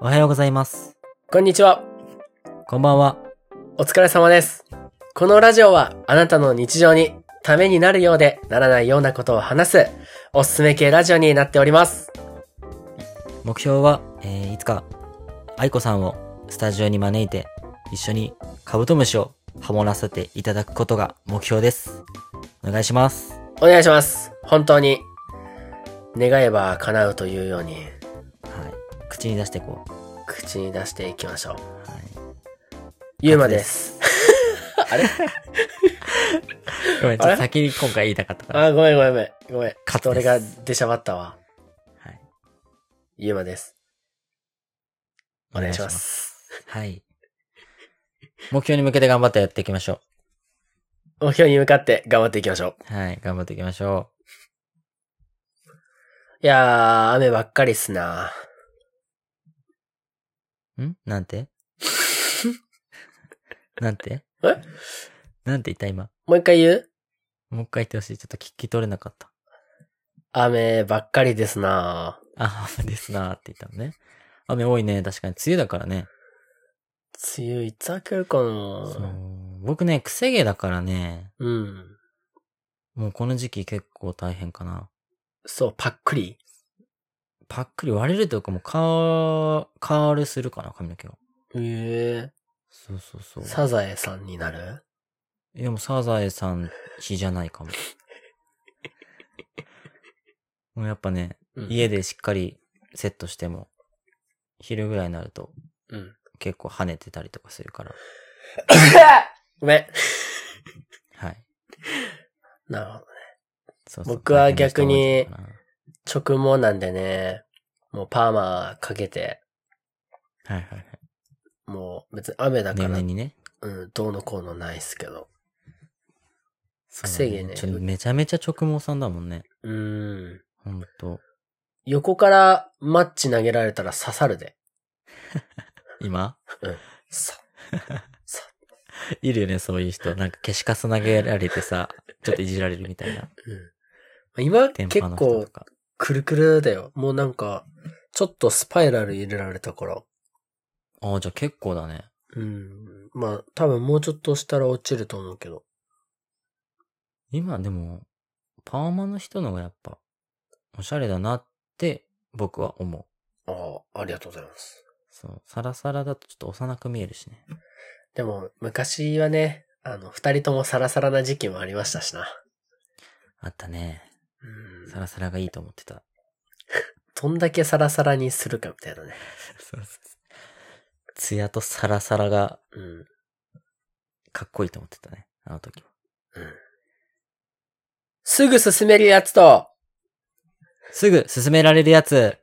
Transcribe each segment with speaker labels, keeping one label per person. Speaker 1: おはようございます。
Speaker 2: こんにちは。
Speaker 1: こんばんは。
Speaker 2: お疲れ様です。このラジオはあなたの日常にためになるようでならないようなことを話すおすすめ系ラジオになっております。
Speaker 1: 目標は、えーいつか、愛子さんをスタジオに招いて、一緒にカブトムシをハモらせていただくことが目標です。お願いします。
Speaker 2: お願いします。本当に。願えば叶うというように
Speaker 1: はい。口に出していこう。
Speaker 2: 口に出していきましょう。
Speaker 1: はい。
Speaker 2: ゆうまです。あれ
Speaker 1: ごめん、ちょ
Speaker 2: あ
Speaker 1: っ
Speaker 2: れ
Speaker 1: と先に今回言いたかったから。
Speaker 2: あ、ごめんごめんごめん。ごめん。ちょっと
Speaker 1: 勝手
Speaker 2: 俺
Speaker 1: です
Speaker 2: が出しゃばったわ。
Speaker 1: はい。
Speaker 2: ゆうまです。お願いしま。す。
Speaker 1: はい。目標に向けて頑張ってやっていきましょ
Speaker 2: 目標に向かって頑張っていきましょ
Speaker 1: う。
Speaker 2: う。
Speaker 1: はい。頑張っていきましょ
Speaker 2: いやー、雨ばっかりっすな
Speaker 1: う。んなん てなんて
Speaker 2: え
Speaker 1: なんて言った今。
Speaker 2: もう一回言う
Speaker 1: もう一回言ってほしい。ちょっと聞き取れなかった。
Speaker 2: 雨ばっかりですなぁ。
Speaker 1: あ、 雨ですなーって言ったのね。雨多いね。確かに。梅雨だからね。
Speaker 2: 梅雨いつ明けるかな
Speaker 1: そう
Speaker 2: ぁ。
Speaker 1: 僕ね、癖毛だからね。
Speaker 2: うん。
Speaker 1: もうこの時期結構大変かな。
Speaker 2: そう、パックリ。
Speaker 1: パックリ割れるというかもうカー、カールするかな、髪の毛が。
Speaker 2: え
Speaker 1: そうそうそ
Speaker 2: え
Speaker 1: う。
Speaker 2: サザエさんになる
Speaker 1: いやもうサザエさん日じゃない かも。もうやっぱね、
Speaker 2: うん
Speaker 1: 家でしっかりセットしても、昼ぐらいになると
Speaker 2: うん。
Speaker 1: 結構跳ねてたりとかするから。
Speaker 2: ごめん。
Speaker 1: はい。
Speaker 2: なるほど。
Speaker 1: そうそう
Speaker 2: 僕は逆に
Speaker 1: 大変な人多いか
Speaker 2: 直毛なんでね、もうパーマかけて、
Speaker 1: なはいはいはい。
Speaker 2: もう別に雨だか
Speaker 1: 年
Speaker 2: ら
Speaker 1: 々、にね。
Speaker 2: うん、どうのこうのないっすけど。
Speaker 1: そう
Speaker 2: 癖毛ね
Speaker 1: ちょめちゃめちゃ直毛さんだもんね。
Speaker 2: うーん。
Speaker 1: ほんと。
Speaker 2: 横からマッチ投げられたら刺さるで。
Speaker 1: 今
Speaker 2: さ、
Speaker 1: いるよね、そういう人。なんか消しカス投げられてさ、ちょっといじられるみたいな。
Speaker 2: うん。今
Speaker 1: テン
Speaker 2: 結
Speaker 1: パの人
Speaker 2: 構
Speaker 1: とか。
Speaker 2: くるくるだよ。もうなんか、ちょっとスパイラル入れられたから。
Speaker 1: ああ、じゃあ結構だね。
Speaker 2: うん。まあ、多分もうちょっとしたら落ちると思うけど。
Speaker 1: 今でも、パーマの人のがやっぱ、おしゃれだなって僕は思う。
Speaker 2: ああ、ありがとうございます。
Speaker 1: そう。サラサラだとちょっと幼く見えるしね。
Speaker 2: でも、昔はね、あの、二人ともサラサラな時期もありましたしな。
Speaker 1: あったね。
Speaker 2: うん
Speaker 1: サ。ラサラがいいと思ってた。
Speaker 2: どんだけサラサラにするかみたいなね。
Speaker 1: そうそうツヤとサラサラが
Speaker 2: うん。
Speaker 1: かっこいいと思ってたね。あの時は。
Speaker 2: うん。すぐ進めるやつと、
Speaker 1: すぐ進められるやつ。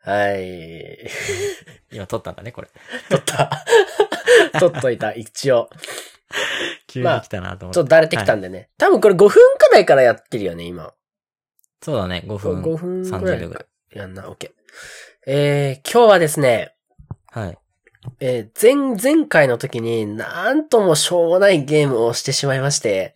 Speaker 2: はい。
Speaker 1: 今撮ったんだね、これ。
Speaker 2: 取った。 取っといた、一応。
Speaker 1: 急に来たなと思っ
Speaker 2: ち
Speaker 1: て。
Speaker 2: ょっとだれてきたんでね。多分これ5分くらいからやってるよね、今。
Speaker 1: そうだね、5分。
Speaker 2: 5分くら
Speaker 1: 30秒
Speaker 2: い
Speaker 1: ぐ
Speaker 2: からら
Speaker 1: い。
Speaker 2: い。やんな、オッケー。えー、今日はですね、
Speaker 1: はい。
Speaker 2: えー、前、前回の時になんともしょうもないゲームをしてしまいまして、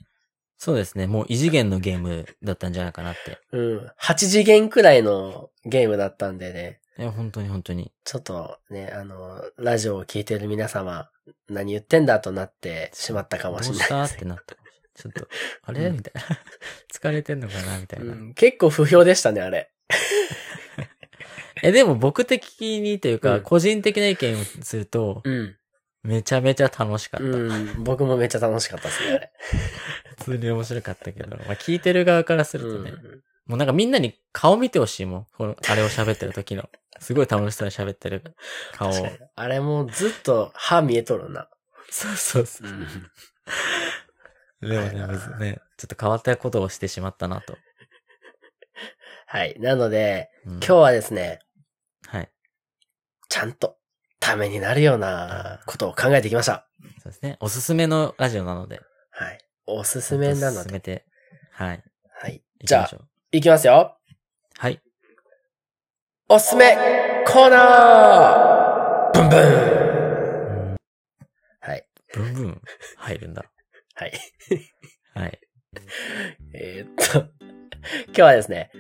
Speaker 1: そうですね、もう異次元のゲームだったんじゃないかなって。
Speaker 2: うん、8次元くらいのゲームだったんでね、
Speaker 1: え、本当に本当に。
Speaker 2: ちょっとね、あの、ラジオを聞いてる皆様、何言ってんだとなってしまったか
Speaker 1: ど
Speaker 2: も
Speaker 1: う
Speaker 2: しれ
Speaker 1: し
Speaker 2: ない
Speaker 1: た
Speaker 2: で
Speaker 1: っ
Speaker 2: す。
Speaker 1: てなったかもしれない。ちょっと、あれ
Speaker 2: うん
Speaker 1: みたいな。 疲れてんのかなみたいうな。
Speaker 2: ん、結構不評でしたね、あれ。
Speaker 1: え、でも僕的にという
Speaker 2: う
Speaker 1: か、
Speaker 2: ん
Speaker 1: 個人的な意見をすると、
Speaker 2: うん。
Speaker 1: めちゃめちゃ楽しかった。
Speaker 2: うん、僕もめっちゃ楽しかったですね、あれ。
Speaker 1: 普通に面白かったけど、まあ聞いてる側からするとね、
Speaker 2: うん
Speaker 1: もうなんかみんなに顔見てほしいもん。この、あれを喋ってる時の。すごい楽しそうに喋ってる顔を。
Speaker 2: 確かにあれもうずっと歯見えとるな。
Speaker 1: そうそうそう。でもね、むずね、ちょっと変わったことをしてしまったなと。
Speaker 2: はい。なので、
Speaker 1: うん
Speaker 2: 今日はですね、
Speaker 1: はい。
Speaker 2: ちゃんとためになるようなことを考えてきました。
Speaker 1: そうですね。おすすめのラジオなので。
Speaker 2: はい。おすすめな
Speaker 1: ちゃんと
Speaker 2: の
Speaker 1: 進
Speaker 2: で。
Speaker 1: めて。はい。
Speaker 2: はい。
Speaker 1: 行
Speaker 2: じ
Speaker 1: きま
Speaker 2: ゃ
Speaker 1: し
Speaker 2: あ、
Speaker 1: ょう。
Speaker 2: いきますよ。
Speaker 1: はい。
Speaker 2: おすすめコーナーブンブンはい。
Speaker 1: ブンブン入るん だ。
Speaker 2: はい。
Speaker 1: はい。
Speaker 2: えーっと、今日はですね、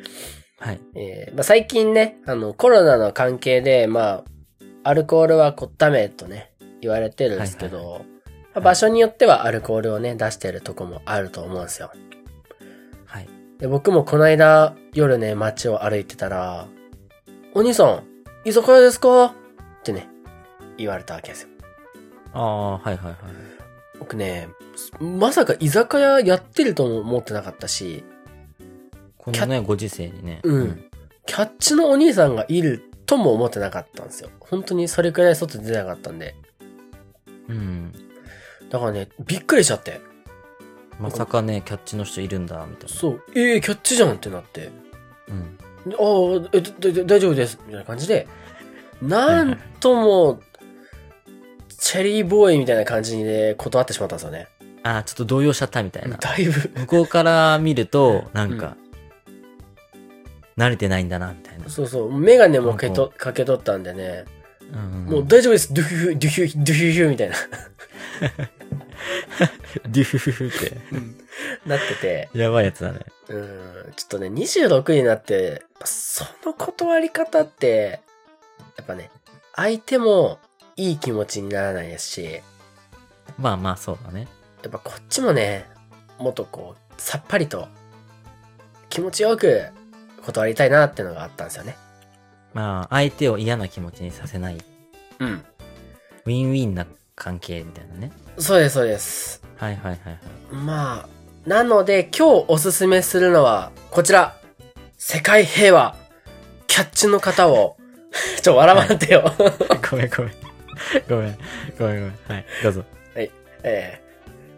Speaker 1: はい。
Speaker 2: えーまあ、最近ね、あの、コロナの関係で、まあ、アルコールはこっためとね、言われてるんですけど、
Speaker 1: はいは
Speaker 2: まあ場所によってはアルコールをね、出してるとこもあると思うんですよ。
Speaker 1: はい。
Speaker 2: で、僕もこの間、夜ね、街を歩いてたら、お兄さん、居酒屋ですかってね、言われたわけですよ。
Speaker 1: ああ、はいはいはい。
Speaker 2: 僕ね、まさか居酒屋やってるとも思ってなかったし、
Speaker 1: このね、ご時世にね。
Speaker 2: うん。。キャッチのお兄さんがいるとも思ってなかったんですよ。本当にそれくらい外出なかったんで。
Speaker 1: うん。
Speaker 2: だからね、びっくりしちゃって。
Speaker 1: まさかね、キャッチの人いるんだ、みたいな。
Speaker 2: そう、ええキャッチじゃんってなって。
Speaker 1: うん。
Speaker 2: ああ、え、だだ大丈夫です。みたいな感じで。なんとも、チェリーボーイみたいな感じで断ってしまったんですよね。
Speaker 1: ああ、ちょっと動揺しちゃったみたいな。
Speaker 2: だいぶ。
Speaker 1: 向こうから見ると、なんか、慣れてないんだな、みたいな。
Speaker 2: そうそう。メガネもけとかけ取ったんでね。
Speaker 1: うん
Speaker 2: もう 大丈夫です。ドゥヒュー、ドゥヒュー、ドゥヒューヒューみたいな。
Speaker 1: デュフフフって。
Speaker 2: なってて。
Speaker 1: やばいやつだね。
Speaker 2: うんちょっとね、26になって、その断り方って、やっぱね、相手もいい気持ちにならないですし、や
Speaker 1: まあまあ、そうだね。
Speaker 2: っぱこっちもね、もっとこう、さっぱりと、気持ちよく断りたいなってのがあったんですよね。
Speaker 1: まあ、相手を嫌な気持ちにさせない、
Speaker 2: うん。
Speaker 1: ウィンウィンな関係みたいなね。
Speaker 2: そうです、そうです。
Speaker 1: はいはいはいはい。
Speaker 2: まあ、なので今日おすすめするのは、こちら、世界平和、キャッチの方を、 ちょ、笑わんてよ。
Speaker 1: ごめんごめん。 ごめん。ごめんごめん。はい。どうぞ。
Speaker 2: えー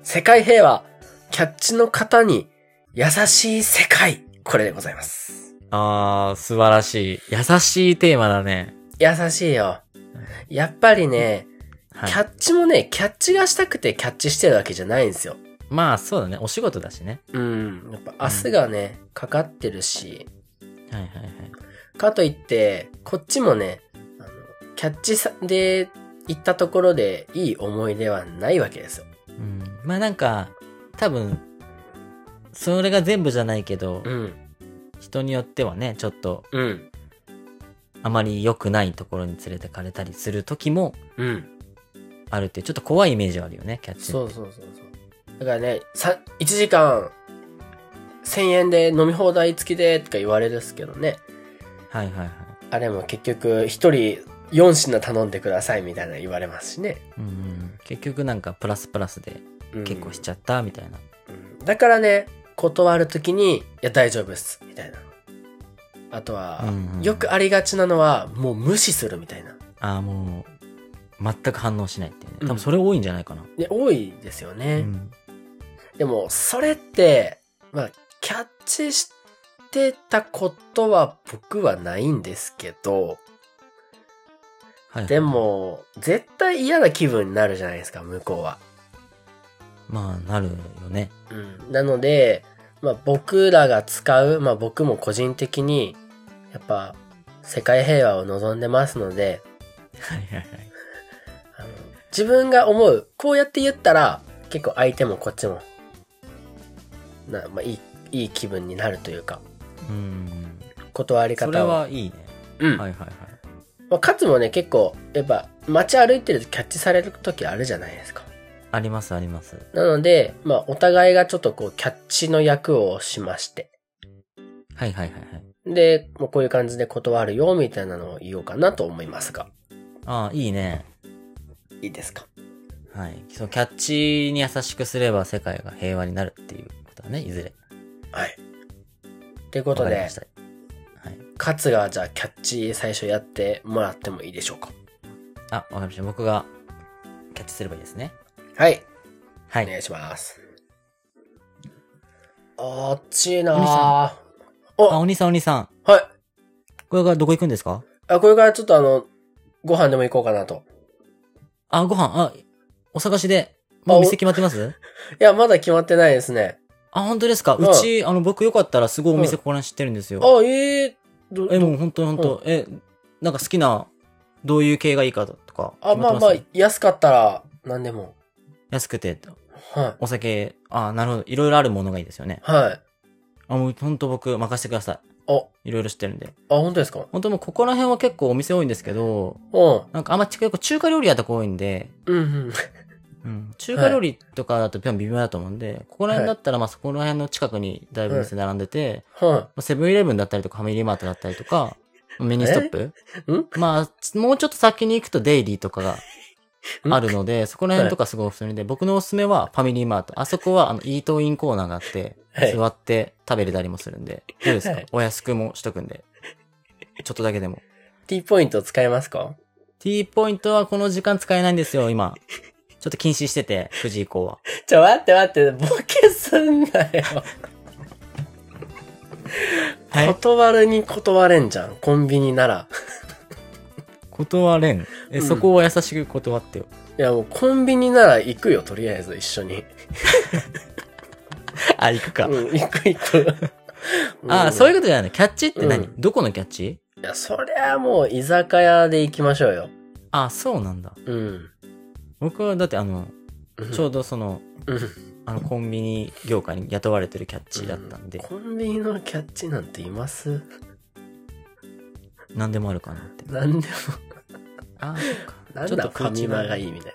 Speaker 2: 世界平和、キャッチの方に優しい世界、これでございます。
Speaker 1: あー、素晴らしい。優しいテーマだね。
Speaker 2: 優しいよ。やっぱりね、
Speaker 1: はい
Speaker 2: キ。ャッチもね、キャッチがしたくてキャッチしてるわけじゃないんですよ。
Speaker 1: まあ、そうだね。お仕事だしね。
Speaker 2: うん。やっぱ明日がね、かかってるし、
Speaker 1: はいはいはい。
Speaker 2: かといって、こっちもね、あのキャッチさで行ったところでいい思い出はないわけですよ。
Speaker 1: うん。まあなんか、多分、それが全部じゃないけど、
Speaker 2: うん。
Speaker 1: 人によってはね、ちょっと、
Speaker 2: うん。
Speaker 1: あまり良くないところに連れてかれたりする時も
Speaker 2: うん。
Speaker 1: あるっていう、ちょっと怖いイメージはあるよね、キャッチ。
Speaker 2: そうそうそうそう。だからね、さ、1時間、1000円で飲み放題付きで、とか言われるですけどね。
Speaker 1: はいはいはい。
Speaker 2: あれも結局、1人4品頼んでください、みたいなの言われますしね。
Speaker 1: うんうん、結局なんかプラスプラスで
Speaker 2: うん
Speaker 1: 結構しちゃったみたいな。
Speaker 2: うんだからね、断るときに、いや、大丈夫っす、みたいな。あとは、
Speaker 1: うんうん
Speaker 2: よくありがちなのは、もう無視するみたいな。
Speaker 1: ああ、もう、全く反応しないっていうね。
Speaker 2: うん
Speaker 1: 多分それ多いんじゃないかな。
Speaker 2: ね、多いですよ
Speaker 1: う
Speaker 2: ね。
Speaker 1: ん。
Speaker 2: でも、それって、まあ、キャッチしてたことは僕はないんですけど、
Speaker 1: はい。
Speaker 2: で。も、絶対嫌な気分になるじゃないですか、向こうは。
Speaker 1: まあ、なるよね。
Speaker 2: うん。なので、まあ僕らが使う、まあ僕も個人的に、やっぱ、世界平和を望んでますので、
Speaker 1: はいはいはい。
Speaker 2: あの自分が思う、こうやって言ったら、結構相手もこっちも、な、まあいい、いい気分になるというか、
Speaker 1: うん。
Speaker 2: 断り方
Speaker 1: それ
Speaker 2: を。
Speaker 1: はいいね。
Speaker 2: うん。
Speaker 1: はいはいはい。
Speaker 2: まあ、かつもね、結構、やっぱ、街歩いてるとキャッチされる時あるじゃないですか。
Speaker 1: ありますあります。
Speaker 2: なので、まあ、お互いがちょっとこう、キャッチの役をしまして。
Speaker 1: はいはいはいはい。
Speaker 2: で、もうこういう感じで断るよ、みたいなのを言おうかなと思いますが。
Speaker 1: ああ、いいね。
Speaker 2: いいですか
Speaker 1: はい。そう、キャッチに優しくすれば世界が平和になるっていうことだね、いずれ。
Speaker 2: はい。ということ
Speaker 1: わかりま
Speaker 2: で
Speaker 1: し、たはい。
Speaker 2: カツがじゃあキャッチ最初やってもらってもいいでしょうか
Speaker 1: あ、わかりました。僕がキャッチすればいいですね。
Speaker 2: はい。
Speaker 1: は
Speaker 2: お
Speaker 1: い。
Speaker 2: 願いします。あっちいな
Speaker 1: お兄
Speaker 2: ぁ
Speaker 1: さ。
Speaker 2: お、
Speaker 1: あ、
Speaker 2: はい
Speaker 1: お。兄さんお兄さん。これからどこ行くんですか
Speaker 2: あ、これからちょっとあの、ご飯でも行こうかなと。
Speaker 1: あ、ご飯、あ、お探しで。もうお店決まって ます
Speaker 2: いや、まだ決まってないですね。
Speaker 1: あ、本当ですか
Speaker 2: うん
Speaker 1: うち、あの、僕よかったらすごいお店ここら辺知ってるんですよ。
Speaker 2: あ、ええど
Speaker 1: え、
Speaker 2: ど
Speaker 1: もう本当本当え、なんか好きな、どういう系がいいかとか。
Speaker 2: あ、
Speaker 1: 決
Speaker 2: まあ
Speaker 1: って
Speaker 2: まあ
Speaker 1: す、
Speaker 2: 安かったら、何でも。
Speaker 1: 安くて、
Speaker 2: は
Speaker 1: お酒、あ、なるほど。いろいろあるものがいいですよね。
Speaker 2: い。はい。
Speaker 1: あ、もう本当僕任せてください。
Speaker 2: あ、あ、
Speaker 1: いろいろ知ってるんで。
Speaker 2: 本当ですか
Speaker 1: 本当もうここら辺は結構お店多いんですけど、
Speaker 2: うん。
Speaker 1: なんかあんま近い、中華料理屋とか多いんで、
Speaker 2: うんうん。
Speaker 1: うん、中華料理とかだと微妙だと思うんで、ここら辺だったらまあそこら辺の近くにだいぶ店並んでて、
Speaker 2: は
Speaker 1: まあセブンイレブンだったりとかファミリーマートだったりとか、ミニストップ
Speaker 2: い。ん
Speaker 1: まあ、もうちょっと先に行くとデイリーとかが
Speaker 2: ん
Speaker 1: あるの で、そこら辺とかすごいおすすめで、僕のおすすめはファミリーマート。あそこはあのイートインコーナーがあって、
Speaker 2: はい
Speaker 1: 座って食べれたりもするんで、どうですか、
Speaker 2: はい
Speaker 1: お安くもしとくんで。ちょっとだけでも。
Speaker 2: T ポイント使えますか
Speaker 1: T ポイントはこの時間使えないんですよ、今。ちょっと禁止してて、9時以降は。
Speaker 2: ちょ、待って待って、ボケすんなよ。
Speaker 1: はい。
Speaker 2: 断るに断れんじゃん。コンビニなら。
Speaker 1: 断れん。え、
Speaker 2: うん
Speaker 1: そこは優しく断ってよ。
Speaker 2: いや、もうコンビニなら行くよ、とりあえず、一緒に。
Speaker 1: あ、行くか。
Speaker 2: うん、行く行く。
Speaker 1: あ、そういう
Speaker 2: う
Speaker 1: ことじゃない。キャッチって何、
Speaker 2: うん
Speaker 1: どこのキャッチ
Speaker 2: ん。いや、そりゃもう、居酒屋で行きましょうよ。
Speaker 1: あ、そうなんだ。
Speaker 2: うん。
Speaker 1: 僕はだってあの、ちょうどその、
Speaker 2: うん。
Speaker 1: あの、コンビニ業界に雇われてるキャッチだったんで、
Speaker 2: コンビニのキャッチなんています
Speaker 1: 何でもあるかなって。
Speaker 2: なんでも、
Speaker 1: あ、そっか。
Speaker 2: なん
Speaker 1: ちょっ
Speaker 2: だ
Speaker 1: と
Speaker 2: ファ
Speaker 1: 口
Speaker 2: ミマがい
Speaker 1: い。
Speaker 2: いみたい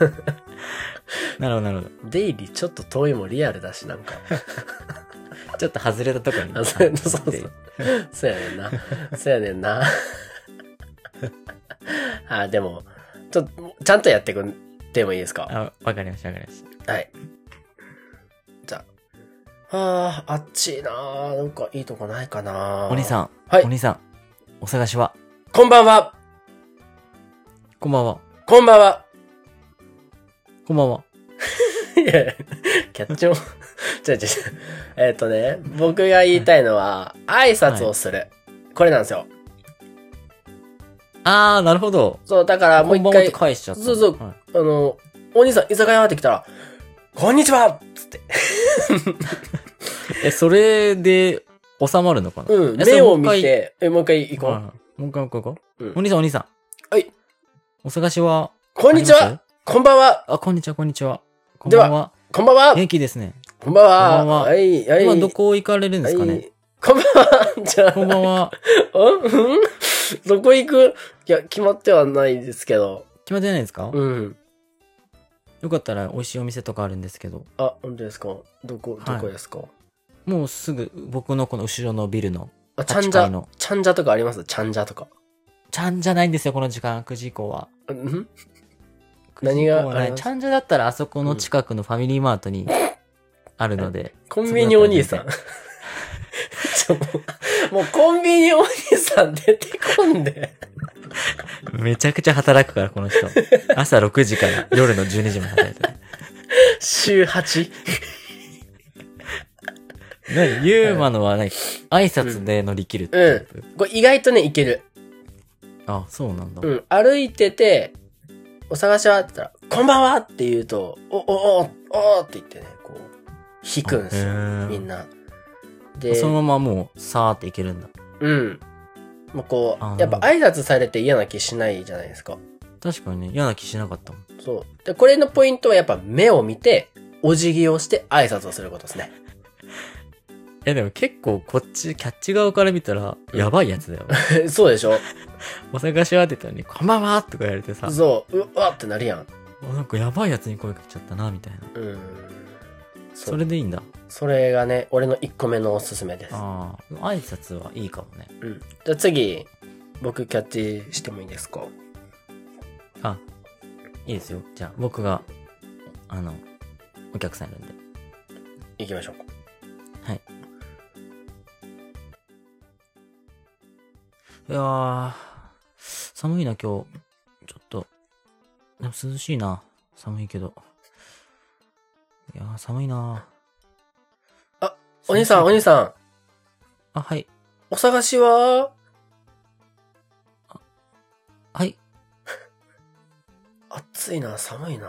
Speaker 2: な。
Speaker 1: なるほど、なるほ
Speaker 2: デイリーちょっと遠いもリアルだし、なんか。
Speaker 1: ど。ちょっと外れたとこに。
Speaker 2: あそうそうそう
Speaker 1: あって
Speaker 2: そうやねんな。そうやねんな。 あ、でも、ちょっと、ちゃんとやってくんでもいいですか
Speaker 1: あ、わかりました、わかりました。
Speaker 2: はい。じゃあ。あーあっちいなーなんかいいとこないかな
Speaker 1: お兄さん、
Speaker 2: はい
Speaker 1: お兄さん、お探しは、
Speaker 2: こんばんは
Speaker 1: こんばんは、
Speaker 2: こんばんは
Speaker 1: こんばんは。
Speaker 2: いや、キャッチも、違う違う違う。えっ、とね、僕が言いたいのは、挨拶をする。これなんですよ。
Speaker 1: あー、なるほど。
Speaker 2: そう、だからも
Speaker 1: こ
Speaker 2: うん
Speaker 1: ば
Speaker 2: 一
Speaker 1: んはっ
Speaker 2: 回、
Speaker 1: て返しちゃった。
Speaker 2: そうそう
Speaker 1: はい
Speaker 2: あの、お兄さん、居酒屋って来たら、こんにちはつって。
Speaker 1: え、それで、収まるのかな
Speaker 2: うん、
Speaker 1: えそれ
Speaker 2: 目を見
Speaker 1: もう一回
Speaker 2: て、え、もう一回行こ。
Speaker 1: はいうはいもう一回、もう一回行こう
Speaker 2: うん
Speaker 1: お兄さん、お兄さん。
Speaker 2: はい。
Speaker 1: お探しは、
Speaker 2: こんにち
Speaker 1: ありま
Speaker 2: は
Speaker 1: す
Speaker 2: こんばんは
Speaker 1: あ、こんにちは、こんにちは。こん
Speaker 2: では
Speaker 1: ばんは。
Speaker 2: こんばんは
Speaker 1: 元気ですね。
Speaker 2: こんばんは
Speaker 1: こんばんは
Speaker 2: はい、はい。
Speaker 1: 今どこ行かれるんですか
Speaker 2: は
Speaker 1: ね
Speaker 2: いこんばんはじゃあ、
Speaker 1: こんばんは。
Speaker 2: うんうん どこ行くいや、決まってはないですけど。
Speaker 1: 決まってないですか
Speaker 2: うん。
Speaker 1: よかったら美味しいお店とかあるんですけど、
Speaker 2: あ、本当ですかどこ、どこですか、
Speaker 1: もうすぐ僕のこの後ろのビルの
Speaker 2: あ、ちゃん
Speaker 1: 8
Speaker 2: じ
Speaker 1: 階
Speaker 2: ゃ、
Speaker 1: の、
Speaker 2: ちゃんじゃとかありますちゃんじゃとか。
Speaker 1: ちゃんじゃないんですよ、この時間、9時以降は。
Speaker 2: うん
Speaker 1: 9時以降は
Speaker 2: 何があ
Speaker 1: な
Speaker 2: り
Speaker 1: い
Speaker 2: ます
Speaker 1: ちゃんじゃだったらあそこの近くのファミリーマート にあるので、
Speaker 2: コンビニお兄さん。 ちょもうもうコンビニお兄さん出てこんで。
Speaker 1: めちゃくちゃ働くから、この人。朝6時から夜の12時まで働いてる。
Speaker 2: 週 8?
Speaker 1: 何ユーマのは何挨拶で乗り切るってタイプ
Speaker 2: これ意外とね、いける。
Speaker 1: あ、そうなんだ。
Speaker 2: うん。歩いてて、お探しはって言ったら、こんばんはって言うと、お、お、お、おって言ってね、こう、引くんですよ。
Speaker 1: へー
Speaker 2: みんな。で、
Speaker 1: そのままもう、さーっていけるんだ。
Speaker 2: うん。もうこ
Speaker 1: あー
Speaker 2: う、やっぱ挨拶されて嫌な気しないじゃないですか。
Speaker 1: 確かにね、嫌な気しなかったもん。
Speaker 2: そう。で、これのポイントはやっぱ目を見て、お辞儀をして挨拶をすることですね。
Speaker 1: え、でも結構こっち、キャッチ側から見たら、やばいやつ だよ。
Speaker 2: そうでしょ
Speaker 1: お探しはってたのに、こんばんはとか言われてさ、
Speaker 2: そう、ううわってなるやん。
Speaker 1: あなんかやばいやつに声かけちゃったな、みたいな。
Speaker 2: うん。そ
Speaker 1: そ
Speaker 2: れ、
Speaker 1: れでいいんだ。
Speaker 2: それがね、俺の1個目のおすすめです。
Speaker 1: ああ、挨拶はいいかもね。
Speaker 2: うん。じゃあ次、僕キャッチしてもいいですか
Speaker 1: あ、いいですよ。じゃあ、僕が、あの、お客さんいるんで。
Speaker 2: 行きましょう
Speaker 1: は
Speaker 2: か。
Speaker 1: い。いやー、寒いな、今日。ちょっと。でも涼しいな。寒いけど。いやー、寒いな。
Speaker 2: あ、お兄さん、お兄
Speaker 1: ん。
Speaker 2: さん、
Speaker 1: あ、はい。
Speaker 2: お探しは、
Speaker 1: はい。
Speaker 2: 暑いな、寒いな。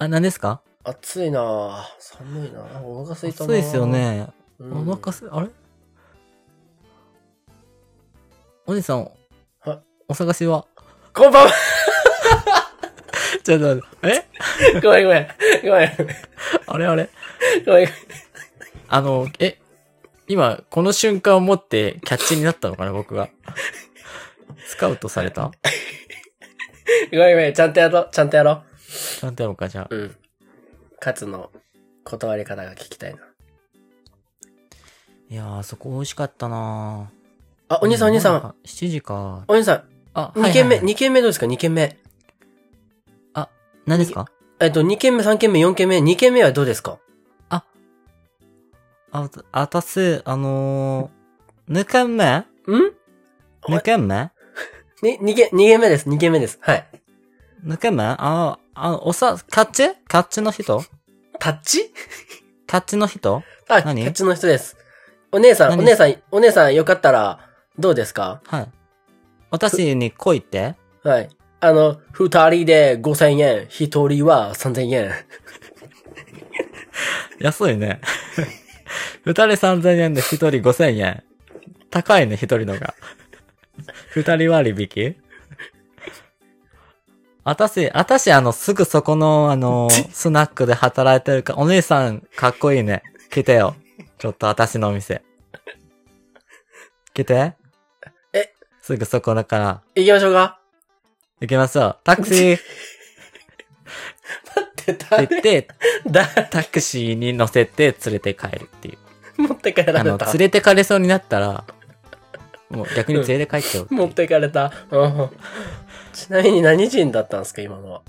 Speaker 1: あ、何ですか
Speaker 2: 暑いな、寒いな、お腹すいたな。
Speaker 1: そうですよ。ね。
Speaker 2: うん、
Speaker 1: お腹す、あれお姉さん、
Speaker 2: は
Speaker 1: お探しは
Speaker 2: こんばんは
Speaker 1: ちょっと待って、え
Speaker 2: ごめんごめん。ごめん。
Speaker 1: あれあれ
Speaker 2: ごめん。
Speaker 1: あの、え、今、この瞬間をもってキャッチになったのかな、僕 が。スカウトされた
Speaker 2: ごめんごめん。ちゃんとやろう。ちゃんとやろ
Speaker 1: なんてやろうか、じゃあ。
Speaker 2: う。うん。カツの断り方が聞きたいな。
Speaker 1: いやー、そこ美味しかったなー
Speaker 2: あ、お兄さんお兄さん。。
Speaker 1: 7時か。
Speaker 2: お兄さん、
Speaker 1: あ、
Speaker 2: 2
Speaker 1: は
Speaker 2: 軒目、
Speaker 1: いはいはい
Speaker 2: 二軒目どうですか ?2 軒目。
Speaker 1: 何ですか
Speaker 2: えっと、2軒目、3軒目、4軒目、2軒目はどうですか
Speaker 1: あ、あたす、あのー、ぬかんめ
Speaker 2: んおい
Speaker 1: ぬかんめ
Speaker 2: に、2軒、二軒目です。2軒目です。はい。
Speaker 1: ぬかんめあ、あ、おさ、カッチカッチの人
Speaker 2: タッチ
Speaker 1: カッチの人
Speaker 2: あ、タ
Speaker 1: 何
Speaker 2: ッチの人です。お姉さん、お
Speaker 1: 何
Speaker 2: 姉さん、お姉さんよかったら、どうですか
Speaker 1: はい。私に来いって
Speaker 2: はい。あの、二人で5000円、一人は3000円。
Speaker 1: 安いね。二人3000円で一人5000円。高いね、一人のが。二人割引あたし、あたし、あの、すぐそこの、あの、スナックで働いてるか、お姉さん、かっこいいね。来てよ。ちょっと、あたしのお店。来て。
Speaker 2: え
Speaker 1: すぐそこだから、
Speaker 2: 行きましょうか
Speaker 1: 行きましょう。タクシーっ
Speaker 2: って誰
Speaker 1: て言って、
Speaker 2: だ、
Speaker 1: タクシーに乗せて連れて帰るっていう。
Speaker 2: 持って帰ら
Speaker 1: あ
Speaker 2: れ
Speaker 1: の、
Speaker 2: た
Speaker 1: 連。れてかれそうになったら、 もう逆に連れて帰っちゃおうっていう
Speaker 2: 持ってかれた。うんちなみに何人だったんですか、今のは。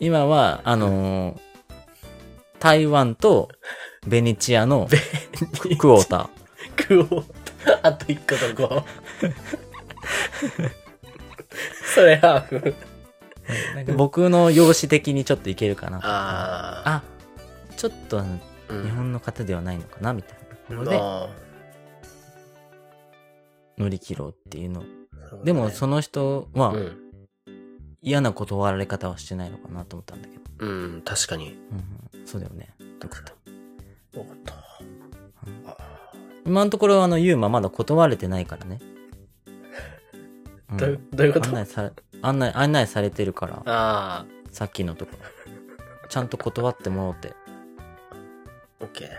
Speaker 1: 今は、あのー台湾とベネチアのクォータ
Speaker 2: クオあと1個とこそれハーフ。
Speaker 1: ー。なんか僕の容姿的にちょっといけるかな。
Speaker 2: あ
Speaker 1: あ、ちょっと日
Speaker 2: ー。うん
Speaker 1: 本の方ではないのかな、みたいなので、
Speaker 2: あ
Speaker 1: 乗り切ろうっていうの。
Speaker 2: ー
Speaker 1: でも、その人
Speaker 2: う
Speaker 1: は
Speaker 2: ん。
Speaker 1: 嫌な断られ方はしてないのかなと思ったんだけど。
Speaker 2: うん、確かに。
Speaker 1: うんうん、そうだよね。
Speaker 2: よかった。よかった。
Speaker 1: 今のところ、あの、ユーマまだ断れてないからね。うん
Speaker 2: どうどういうこと
Speaker 1: 案内され、案内、案内されてるから、
Speaker 2: あ
Speaker 1: さっきのとこ。ちゃんと断ってもらおうって。
Speaker 2: あ、オッケー。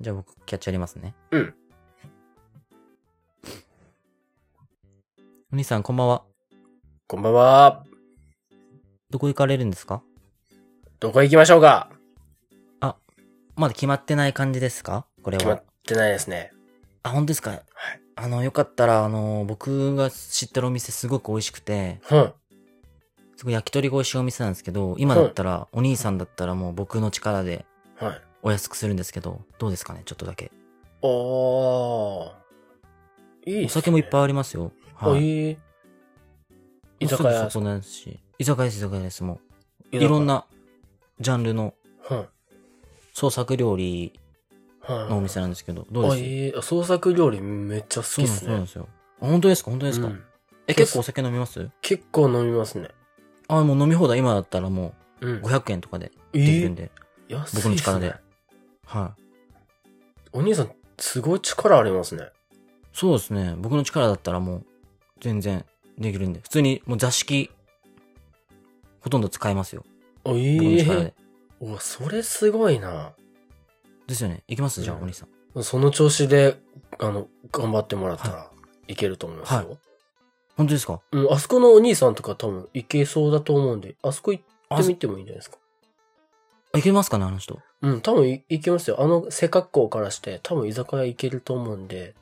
Speaker 1: じゃあ僕、キャッチやりますね。
Speaker 2: うん。
Speaker 1: お兄さん、こんばんは。
Speaker 2: こんばんは。
Speaker 1: どこ行かれるんですか
Speaker 2: どこ行きましょうか
Speaker 1: まだ決まってない感じですかこれ
Speaker 2: 決まっ
Speaker 1: は。
Speaker 2: てないですね。
Speaker 1: あ、本当ですかはい。あの、よかったら、あの、僕が知ってるお店すごく美味しくて、
Speaker 2: うん。
Speaker 1: すごい焼き鳥が美味しいお店なんですけど、今だったら、お兄さんだったらもう僕の力で
Speaker 2: はい。
Speaker 1: お安くするんですけど、どうですかねちょっとだけ。
Speaker 2: おー。いいっすね、
Speaker 1: お酒もいっぱいありますよ。
Speaker 2: あ、
Speaker 1: い。
Speaker 2: いい。居酒
Speaker 1: もうす
Speaker 2: 屋
Speaker 1: ぐそこですし。居酒屋です、居酒屋です。もう、
Speaker 2: い
Speaker 1: いろん。なジャンルの
Speaker 2: うん。
Speaker 1: 創作料理
Speaker 2: はい。
Speaker 1: のお店なんですけど、どう
Speaker 2: あ、
Speaker 1: です
Speaker 2: いい。あ創作料理めっちゃ好き
Speaker 1: そう
Speaker 2: っ
Speaker 1: なんですすそうなん
Speaker 2: ね
Speaker 1: で。すよ。あ本当ですか本当ですか、
Speaker 2: うん
Speaker 1: え、結構お酒飲みます
Speaker 2: 結構飲みますね。
Speaker 1: あ、もう飲み放題今だったらも
Speaker 2: う。
Speaker 1: うん500円とかで
Speaker 2: え
Speaker 1: できるん
Speaker 2: ー、
Speaker 1: で、
Speaker 2: 安いっす
Speaker 1: 僕
Speaker 2: ね
Speaker 1: の力で。はい。
Speaker 2: お兄さん、すごい力ありますね。
Speaker 1: そうですね。僕の力だったらもう全然できるんで、普通にもう座敷、ほとんど使えますよ。
Speaker 2: あ、
Speaker 1: 僕の
Speaker 2: いい
Speaker 1: 力。で。
Speaker 2: うわ、それすごいな。
Speaker 1: ですよね。行きますじゃあ、
Speaker 2: うん
Speaker 1: お兄さん。
Speaker 2: その調子で、あの、頑張ってもらったらいけると思いますよ。
Speaker 1: は本当ですか
Speaker 2: うん、あそこのお兄さんとか多分いけそうだと思うんで、あそこ行ってみてもいいんじゃないですか。
Speaker 1: 行けますかね、あの人。
Speaker 2: うん、多分いいけますよ。あの背格好からして、多分居酒屋行けると思うんで。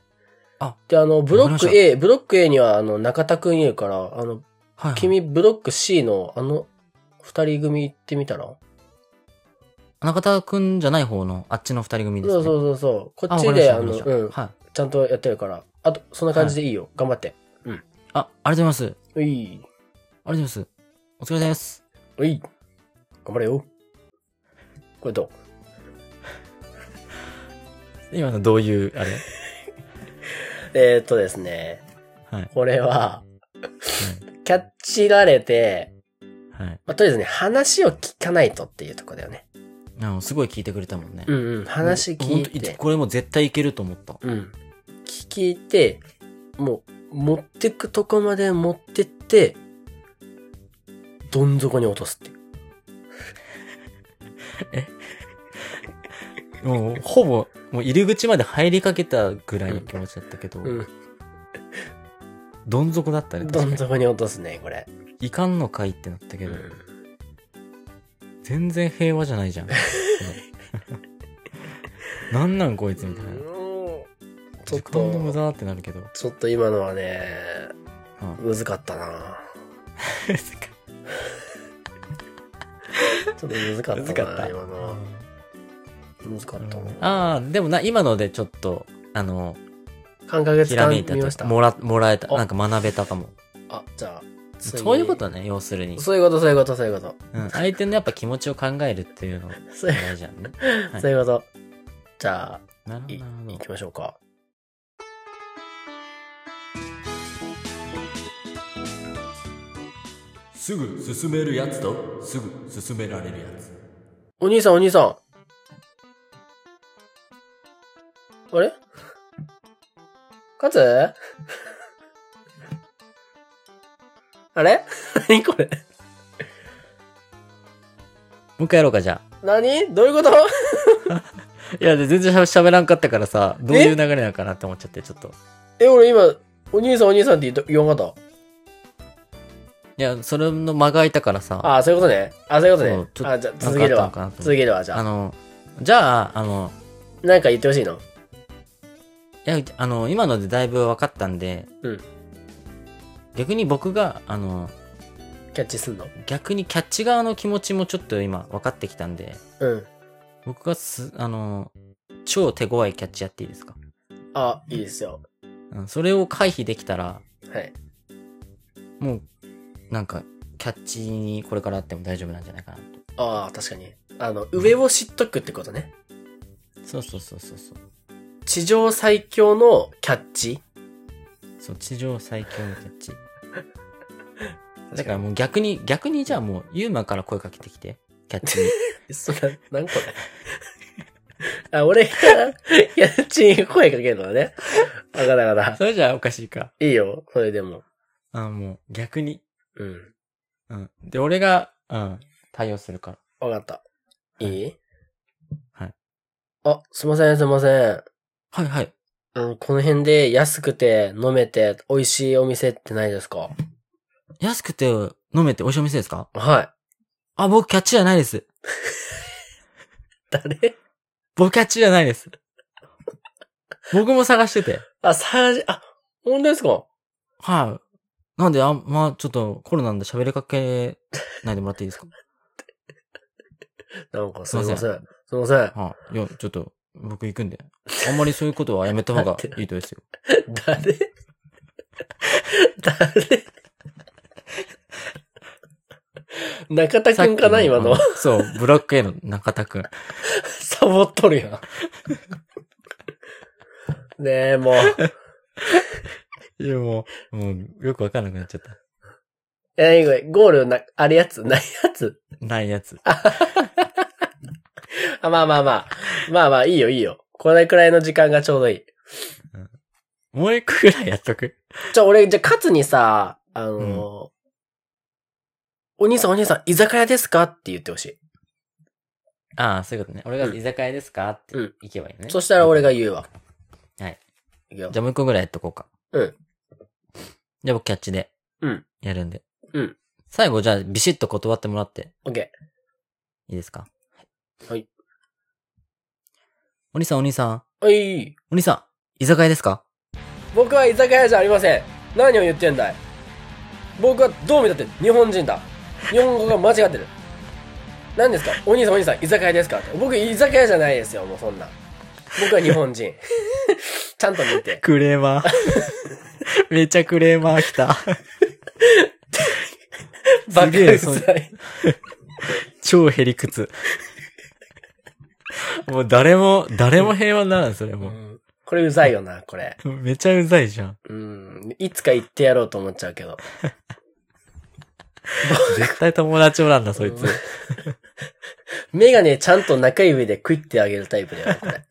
Speaker 1: あ、
Speaker 2: で、あの、ブロッ
Speaker 1: わか
Speaker 2: ク
Speaker 1: り
Speaker 2: A、ブロック A にはあの、中田くんいるから、あ
Speaker 1: は
Speaker 2: の、
Speaker 1: い、はい。
Speaker 2: 君ブロック C のあの、二人組行ってみたら、
Speaker 1: 中田くんじゃない方のあっちの二人組です
Speaker 2: そう
Speaker 1: ね。
Speaker 2: そう
Speaker 1: う
Speaker 2: そうそう。こ
Speaker 1: あ、
Speaker 2: っ
Speaker 1: わ
Speaker 2: ち
Speaker 1: かりまし
Speaker 2: で、
Speaker 1: た
Speaker 2: あ
Speaker 1: わかり
Speaker 2: の、
Speaker 1: ました
Speaker 2: うん、
Speaker 1: はい。
Speaker 2: ちゃんとやってるから。あと、そんな感じでいいよ。頑張って。
Speaker 1: あ、ありがとうございます。
Speaker 2: う
Speaker 1: あ
Speaker 2: い、
Speaker 1: りがとうございます。お疲れ様です。
Speaker 2: うい。頑張れよ。これどう
Speaker 1: 今のどういう、あれ
Speaker 2: えー、っとですね。
Speaker 1: はい。
Speaker 2: これは、 キャッチられて、
Speaker 1: はい。
Speaker 2: まあ、とりあえずね、話を聞かないとっていうとこだよね。
Speaker 1: あの、すごい聞いてくれたもんね。
Speaker 2: うんうん、話
Speaker 1: もう
Speaker 2: 聞
Speaker 1: ほん
Speaker 2: い
Speaker 1: と
Speaker 2: て、
Speaker 1: これもう絶対いけると思った。
Speaker 2: うん。聞いて、もう、持ってくとこまで持ってって、どん底に落とすっていう。
Speaker 1: もう、ほぼ、もう入り口まで入りかけたぐらいの気持ちだったけど、
Speaker 2: う
Speaker 1: どん底だったね。
Speaker 2: ん。
Speaker 1: 確か
Speaker 2: どん
Speaker 1: に
Speaker 2: 底に落とすね、これ。
Speaker 1: いかんのかいってなったけ
Speaker 2: う
Speaker 1: ど、
Speaker 2: ん。
Speaker 1: 全然平和じゃないじ ゃん。なんなんこいつみたいな。
Speaker 2: ちょっ
Speaker 1: 時間の無
Speaker 2: と、
Speaker 1: 駄ってなるけど。
Speaker 2: ちょっと今のはね、
Speaker 1: うん
Speaker 2: むずかったな。ちょっとむずかったな、今のは。むずかったな。
Speaker 1: ああ、でもな、今のでちょっと、あの、
Speaker 2: 感覚
Speaker 1: ひ
Speaker 2: つから
Speaker 1: めい
Speaker 2: み
Speaker 1: たと
Speaker 2: ました。
Speaker 1: もら、もらえた。
Speaker 2: あ
Speaker 1: なんか学べたかも。
Speaker 2: あ、じゃあ、次
Speaker 1: そういうことね、要するに。
Speaker 2: そういうこと、そういうこと、そういうこと。
Speaker 1: うん相手のやっぱ気持ちを考えるっていうのが
Speaker 2: そういう
Speaker 1: 大事なんね。 はい
Speaker 2: そういうこと。じゃあ、
Speaker 1: なるほどなるほど
Speaker 2: 行。きましょうか。
Speaker 1: すぐ進めるやつと、すぐ進められるやつ。
Speaker 2: お兄さん、お兄さん。あれカツ あれ 何これ
Speaker 1: もう一回やろうか、じゃあ。
Speaker 2: 何どういうこと
Speaker 1: いや、で全然しゃ喋らんかったからさ、どういう流れなのかなって思っちゃって、ちょっと。
Speaker 2: え、俺今、お兄さん、お兄さんって言うと言わんかっ
Speaker 1: いや、それの間が空いたから
Speaker 2: た
Speaker 1: さ、
Speaker 2: ああ、そういうことね。あそういうこと
Speaker 1: そう
Speaker 2: ね
Speaker 1: ち。ょ
Speaker 2: あじゃあ、
Speaker 1: なん
Speaker 2: 続
Speaker 1: かあっ
Speaker 2: け
Speaker 1: た
Speaker 2: る
Speaker 1: の
Speaker 2: わ
Speaker 1: かなと思って。
Speaker 2: 続けるわ、じゃ
Speaker 1: あ
Speaker 2: あ。
Speaker 1: の、じゃあ、あの、
Speaker 2: なんか言ってほしいの
Speaker 1: いや、あの、今のでだいぶ分かったんで、
Speaker 2: うん
Speaker 1: 逆に僕が、あの、
Speaker 2: キャッチすんの
Speaker 1: 逆にキャッチ側の気持ちもちょっと今分かってきたんで、
Speaker 2: うん。
Speaker 1: 僕がす、あの、超手強いキャッチやっていいですか、
Speaker 2: あ、いいですよ。
Speaker 1: うん、それを回避できたら、
Speaker 2: はい。
Speaker 1: もう、なんか、キャッチにこれからあっても大丈夫なんじゃないかなと。
Speaker 2: ああ、確かに。あの、上を知っとくってことね。
Speaker 1: そうそうそうそうそう。
Speaker 2: 地上最強のキャッチ。
Speaker 1: そう、地上最強のキャッチ。だからもう逆に、逆にじゃあもう、ユーマから声かけてきて、キャッチに。
Speaker 2: そんな、なんこれ。 あ、俺が、キャッチに声かけるのはね。わかったわかっ
Speaker 1: それじゃあおかしいか。
Speaker 2: た。いいよ、それでも。
Speaker 1: あ、もう、逆に。
Speaker 2: うん。
Speaker 1: うん。で、俺が、うん、対応するから。
Speaker 2: わかった。いい
Speaker 1: はい。
Speaker 2: あ、すいません、すいません。
Speaker 1: はいはい。
Speaker 2: あの、この辺で安くて飲めて美味しいお店ってないですか
Speaker 1: 安くて飲めて美味しいお店ですか
Speaker 2: はい。
Speaker 1: あ、僕キャッチじゃないです。
Speaker 2: 誰
Speaker 1: 僕キャッチじゃないです。僕も探してて。
Speaker 2: あ、さ、あ、本当ですか
Speaker 1: はい。なんで、あんまあ、ちょっとコロナなんで喋りかけないでもらっていいです か
Speaker 2: なんかすいません。
Speaker 1: す
Speaker 2: す
Speaker 1: い
Speaker 2: いません。
Speaker 1: はい。いや、ちょっと、僕行くんで。あんまりそういうことはやめ た方がいいとですよ。
Speaker 2: 誰誰中田くんかな今の
Speaker 1: さ。っきそう、ブラック A の中田くん。
Speaker 2: サボっとるやん。ねえ、もう。
Speaker 1: いや、もう、もう、よくわかんなくなっちゃった。
Speaker 2: え、いいこれゴールな、あれやつないやつ
Speaker 1: ないやつ。
Speaker 2: あ、まあまあまあ。まあまあ、いいよ、いいよ。これくらいの時間がちょうどいい。
Speaker 1: もう一個ぐらいやっとく。
Speaker 2: じゃあ俺、じゃあ、勝つにさ、あのお兄さん、お兄さん、居酒屋ですかって言ってほしい。
Speaker 1: ああ、そういうことね。俺が居酒屋ですかって
Speaker 2: うん
Speaker 1: 行けばいいね。
Speaker 2: そしたら俺が言うわ。
Speaker 1: はい。
Speaker 2: いくよ
Speaker 1: じゃあもう一個ぐらいやっとこうか。
Speaker 2: うん。
Speaker 1: じゃあ僕キャッチで。
Speaker 2: うん。
Speaker 1: やるんで。
Speaker 2: うん。
Speaker 1: 最後じゃあビシッと断ってもらって
Speaker 2: オッケ
Speaker 1: いいですか
Speaker 2: はい。
Speaker 1: お兄さんお兄さん。
Speaker 2: ー。おい。
Speaker 1: お兄さん、居酒屋ですか
Speaker 2: 僕は居酒屋じゃありません何を言ってんだい僕はどう見たって日本人だ日本語が間違ってる何ですかお兄さんお兄さん居酒屋ですか僕居酒屋じゃないですよもうそんな僕は日本人ちゃんと見て
Speaker 1: クレーマー。めちゃクレーマー来た。
Speaker 2: バカ
Speaker 1: すげえ
Speaker 2: く
Speaker 1: そ
Speaker 2: さ
Speaker 1: う
Speaker 2: い
Speaker 1: 超へりくつ。もう誰も、誰も平和にならん、それも
Speaker 2: うんこれうざいよなこれ
Speaker 1: う。めちゃうざいじゃん。
Speaker 2: うんいつか行ってやろうと思っちゃうけど
Speaker 1: 絶対友達おらんな、そいつ。
Speaker 2: メガネちゃんと中指でクイってあげるタイプだよ これ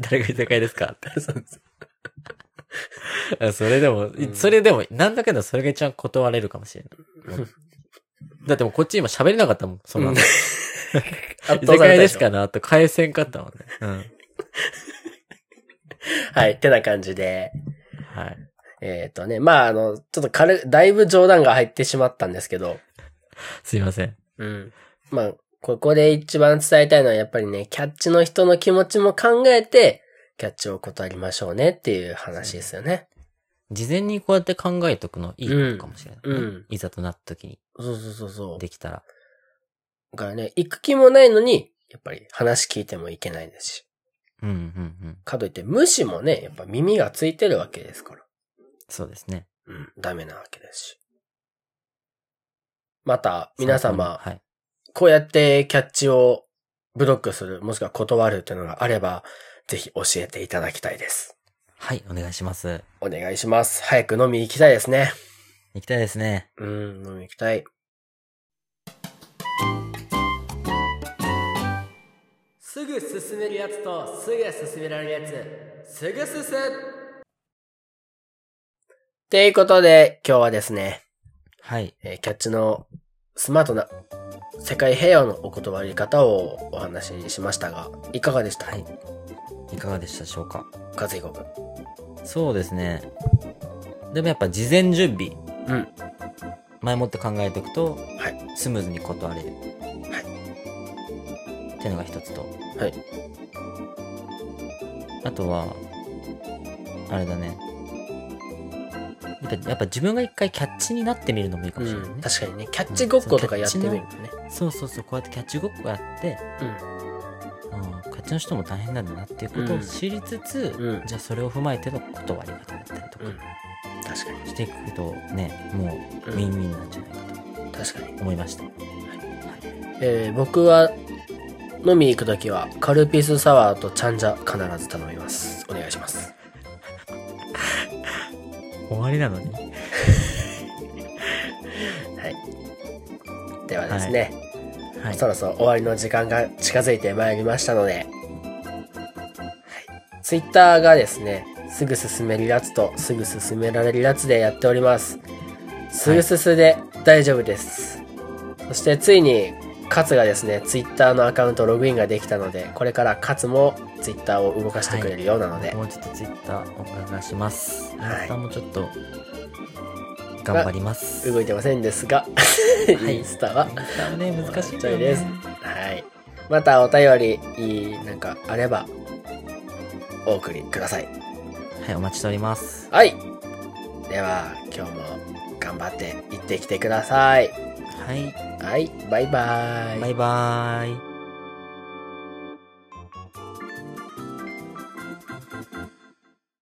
Speaker 1: 誰が居酒屋ですかって
Speaker 2: そうそう
Speaker 1: あそれでも、いそれでも、なんだけどそれが一番断れるかもしれない。だってもうこっち今喋れなかったもん、そ んなの。
Speaker 2: 圧
Speaker 1: 居酒
Speaker 2: 倒され
Speaker 1: 屋
Speaker 2: た
Speaker 1: で
Speaker 2: ですしょ
Speaker 1: かなと返せんかったもんね。うん。
Speaker 2: はい、ってな感じで。
Speaker 1: はい。
Speaker 2: えっ、とね、まあ、あの、ちょっと軽い、だいぶ冗談が入ってしまったんですけど、
Speaker 1: すいません。
Speaker 2: うん。まあ、ここで一番伝えたいのはやっぱりね、キャッチの人の気持ちも考えて、キャッチを断りましょうねっていう話ですよね。
Speaker 1: 事前にこうやって考えとくのいいことかもしれないね、
Speaker 2: うんうん
Speaker 1: いざとなった時に
Speaker 2: そうそうそうそう。
Speaker 1: できたら。
Speaker 2: だからね、行く気もないのに、やっぱり話聞いてもいけないですし。
Speaker 1: うんうんうん。
Speaker 2: かといって無視もね、やっぱ耳がついてるわけですから。
Speaker 1: そうですね。
Speaker 2: うん、ダメなわけですし。また、皆様、
Speaker 1: はい。
Speaker 2: こうやってキャッチをブロックする、もしくは断るというのがあれば、ぜひ教えていただきたいです。
Speaker 1: はい、お願いします。
Speaker 2: お願いします。早く飲み行きたいですね。
Speaker 1: 行きたいですね。
Speaker 2: うん、飲み行きたい。すぐ進めるやつとすぐ進められるやつ、すぐ進むていうことで、今日はですね、
Speaker 1: はい。
Speaker 2: えーキャッチのスマートな世界平和のお断り方をお話ししましたが、いかがでした、
Speaker 1: はい。いかがでしたでしょうか
Speaker 2: 和彦君。
Speaker 1: そうですね。でもやっぱ事前準備。
Speaker 2: うん。
Speaker 1: 前もって考えておくと、
Speaker 2: はい
Speaker 1: スムーズに断れる。
Speaker 2: はい。
Speaker 1: ってのが一つと。
Speaker 2: はい。
Speaker 1: あとは、あれだね。やっぱやっぱ自分が一回キャッチになってみるのもいいかもしれないね。
Speaker 2: 確かにね、キャッチごっことかやってみるのね。
Speaker 1: そうそうそう、こうやってキャッチごっこやって、うん、キャッチの人も大変なんだなっていうことを知りつつ、
Speaker 2: うんうん
Speaker 1: じゃあそれを踏まえての断り方だったりと
Speaker 2: うん。うん
Speaker 1: か。
Speaker 2: 確かに。
Speaker 1: していくとね、もうウィンウィンなんじゃないかと
Speaker 2: 確かに。
Speaker 1: 思いました。
Speaker 2: えー僕は、飲み行くときは、カルピスサワーとチャンジャ必ず頼みます。お願いします。
Speaker 1: 終わりなのに。
Speaker 2: はい。ではですね、
Speaker 1: はい。
Speaker 2: そろそろ終わりの時間が近づいてまいりましたので、はい、ツイッターがですね、すぐ進めるやつとすぐ進められるやつでやっております。すぐすすで大丈夫です。そしてついに、カツがですね、ツイッターのアカウントログインができたので、これからカツもツイッターを動かしてくれるようなので、
Speaker 1: もうちょっとツイッターお伺いします。イン
Speaker 2: はい
Speaker 1: スタもちょっと頑張ります。
Speaker 2: 動いてませんですが、インスタは
Speaker 1: インスタもね、難しいん
Speaker 2: ち
Speaker 1: だ
Speaker 2: ょ
Speaker 1: よ
Speaker 2: いで
Speaker 1: ね
Speaker 2: す。。はい。またお便り、いいなんかあれば、お送りください。
Speaker 1: はい、お待ちしております。
Speaker 2: はい。では、今日も頑張って行ってきてください。
Speaker 1: はい、
Speaker 2: はい、バイバイ。
Speaker 1: バイバーイ。